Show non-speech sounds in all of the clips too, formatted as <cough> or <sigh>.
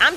I'm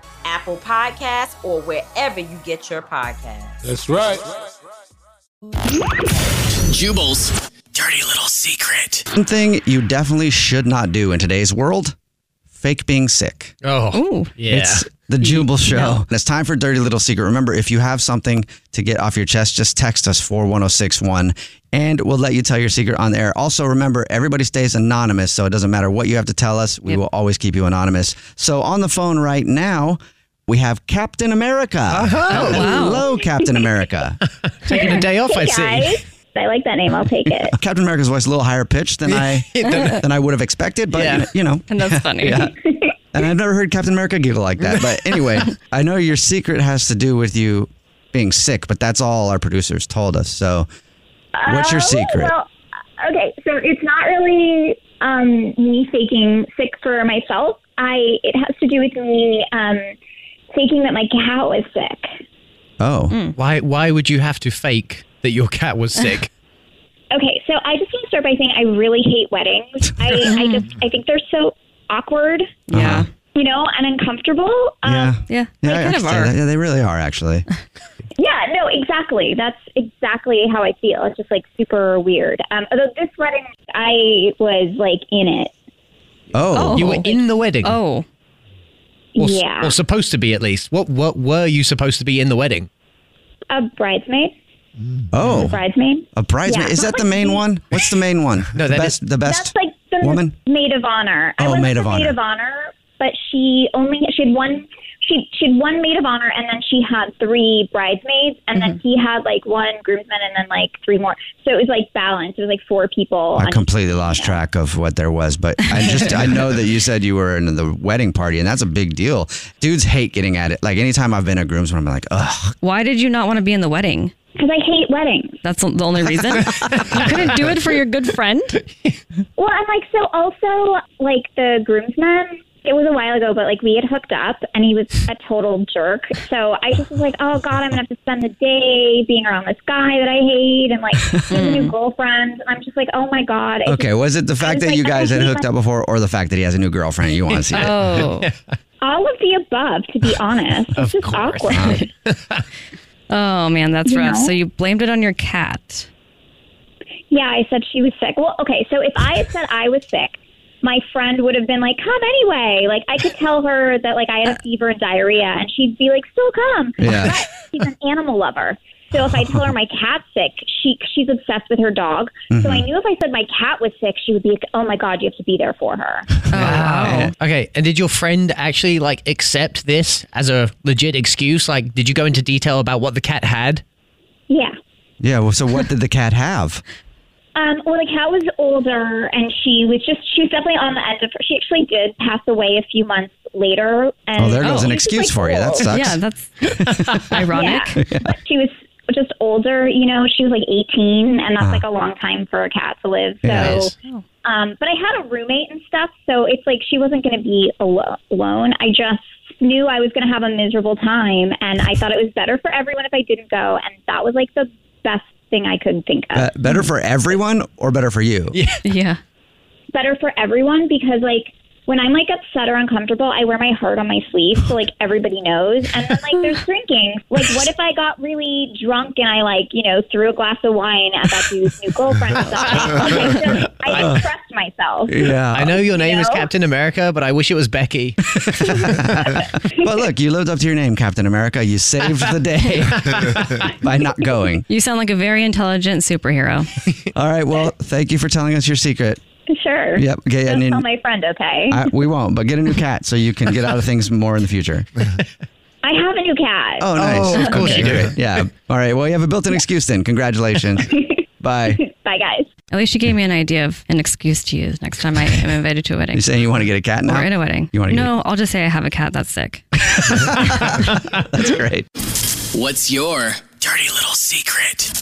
Apple Podcasts, or wherever you get your podcasts. That's right. Jubal's dirty little secret. One thing you definitely should not do in today's world fake being sick. Oh, yeah. It's the Jubal Show. And it's time for Dirty Little Secret. Remember, if you have something to get off your chest, just text us 41061 and we'll let you tell your secret on the air. Also, remember, everybody stays anonymous, so it doesn't matter what you have to tell us. We will always keep you anonymous. So on the phone right now, we have Captain America. Oh, wow. Hello, <laughs> Captain America. Taking a day off, I see. I like that name. I'll take <laughs> it. Captain America's voice a little higher <laughs> pitched than I than I would have expected, but Yeah. you know, And that's funny. And I've never heard Captain America giggle like that. But anyway, I know your secret has to do with you being sick, but that's all our producers told us. So, what's your Oh, secret? Well, okay, so it's not really um, me faking sick for myself. I it has to do with me um, faking that my cat was sick. oh, Why, why would you have to fake that your <laughs> cat was sick? Okay, so I just want to start by saying I really hate weddings. I, <laughs> I just I think they're so awkward, Yeah. you know, and uncomfortable. Um, yeah, Yeah. yeah, I understand that. yeah, they really are actually. <laughs> Yeah, no, exactly. That's exactly how I feel. It's just like super weird. Um, although this wedding, I was like in it. Oh, You were in the wedding. Oh. Or, s- yeah, or supposed to be, at least. What, what were you supposed to be in the wedding? a bridesmaid, oh, bridesmaid. a bridesmaid. Yeah. Is that the main one? What's the main one? <laughs> No, the that best. the best That's like the woman. maid of honor. Oh, I wasn't maid of the honor. maid of honor, but she only she had one she she had one maid of honor, and then she had three bridesmaids, and Mm-hmm. then he had like one groomsman, and then like three more. So it was like balanced. It was like four Oh, people. I on- completely lost track of what there was, but I just I know that you said you were in the wedding party, and that's a big deal. Dudes hate getting at it. Like anytime I've been a groomsman, I'm like, ugh, Why did you not want to be in the wedding? Because I hate weddings. That's the <laughs> only reason. you couldn't do it for your good friend? Well, and like so also like the groomsman. It was a while ago, but like we had hooked up, and he was a total jerk. So I just was like, "Oh God, I'm gonna have to spend the day being around this guy that I hate, and like his new girlfriend." And I'm just like, "Oh my God, I Okay, was it the fact was that like, you I guys don't had think hooked that- up before or the fact that he has a new girlfriend? You want to see it? Oh. all of the above, to be honest. It's just awkward. <laughs> Oh, man, that's You rough. know? So you blamed it on your cat. yeah, I said she was sick. Well, okay, so if I had said I was sick, my friend would have been like, come anyway. Like, I could tell her that, like, I had a fever and diarrhea, and she'd be like, still come. Yeah. But she's an animal lover. So if I tell her my cat's sick, she she's obsessed with her dog. So I Mhm. knew if I said my cat was sick, she would be like, "Oh my god, you have to be there for her." Oh. Wow. Okay. And did your friend actually like accept this as a legit excuse? Like, did you go into detail about what the cat had? Yeah. Yeah. Well, so what did the cat have? Um, well, the cat was older, and she was just she was definitely on the end of her. She actually did pass away a few months later. And Oh, there goes an She was just, excuse like, for you. That old. sucks. <laughs> that's ironic. But she was just older, you know. She was like 18, and Ah. that's like a long time for a cat to live. So, Yeah, it is. Oh. um, but I had a roommate and stuff, so it's like she wasn't going to be alo- alone. I just knew I was going to have a miserable time, and I thought it was better for everyone if I didn't go, and that was like the best thing I could think of. Uh, better for everyone or better for you? Yeah. Yeah. Better for everyone because like when I'm like upset or uncomfortable, I wear my heart on my sleeve so <laughs> like everybody knows. And then like there's drinking. Like what if I got really drunk and I like, you know, threw a glass of wine at that dude's new girlfriend <laughs> or something? Like, I just, I Uh. just trust myself. I know your name is know? Captain America, but I wish it was <laughs> Becky. <laughs> but look, you lived up to your name, Captain America. You saved <laughs> the day by not going. You sound like a very intelligent superhero. All right. Well, thank you for telling us your secret. <laughs> Sure. Yep. Okay. I Don't need. tell my friend, okay? I, we won't, but get a new cat so you can get out of things more in the future. I have a new cat. Oh, nice. great. Yeah. All right. Well, you have a built-in excuse then. Congratulations. Bye. Bye, guys. At least you gave me an idea of an excuse to use next time I am invited to a wedding. You saying you want to get a cat now? Or in a wedding. You want to? no, Oh, I'll just say I have a cat that's sick. Get, that's great. What's your dirty little secret?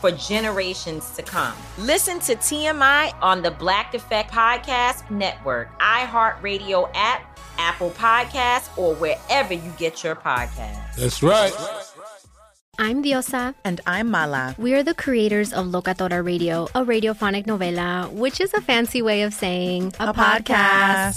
for generations to come. Listen to TMI on the Black Effect Podcast Network, iHeartRadio app, Apple Podcasts, or wherever you get your podcasts. That's right. I'm Diosa. And I'm Mala. We are the creators of Locatora Radio, a radiophonic novela, which is a fancy way of saying a podcast.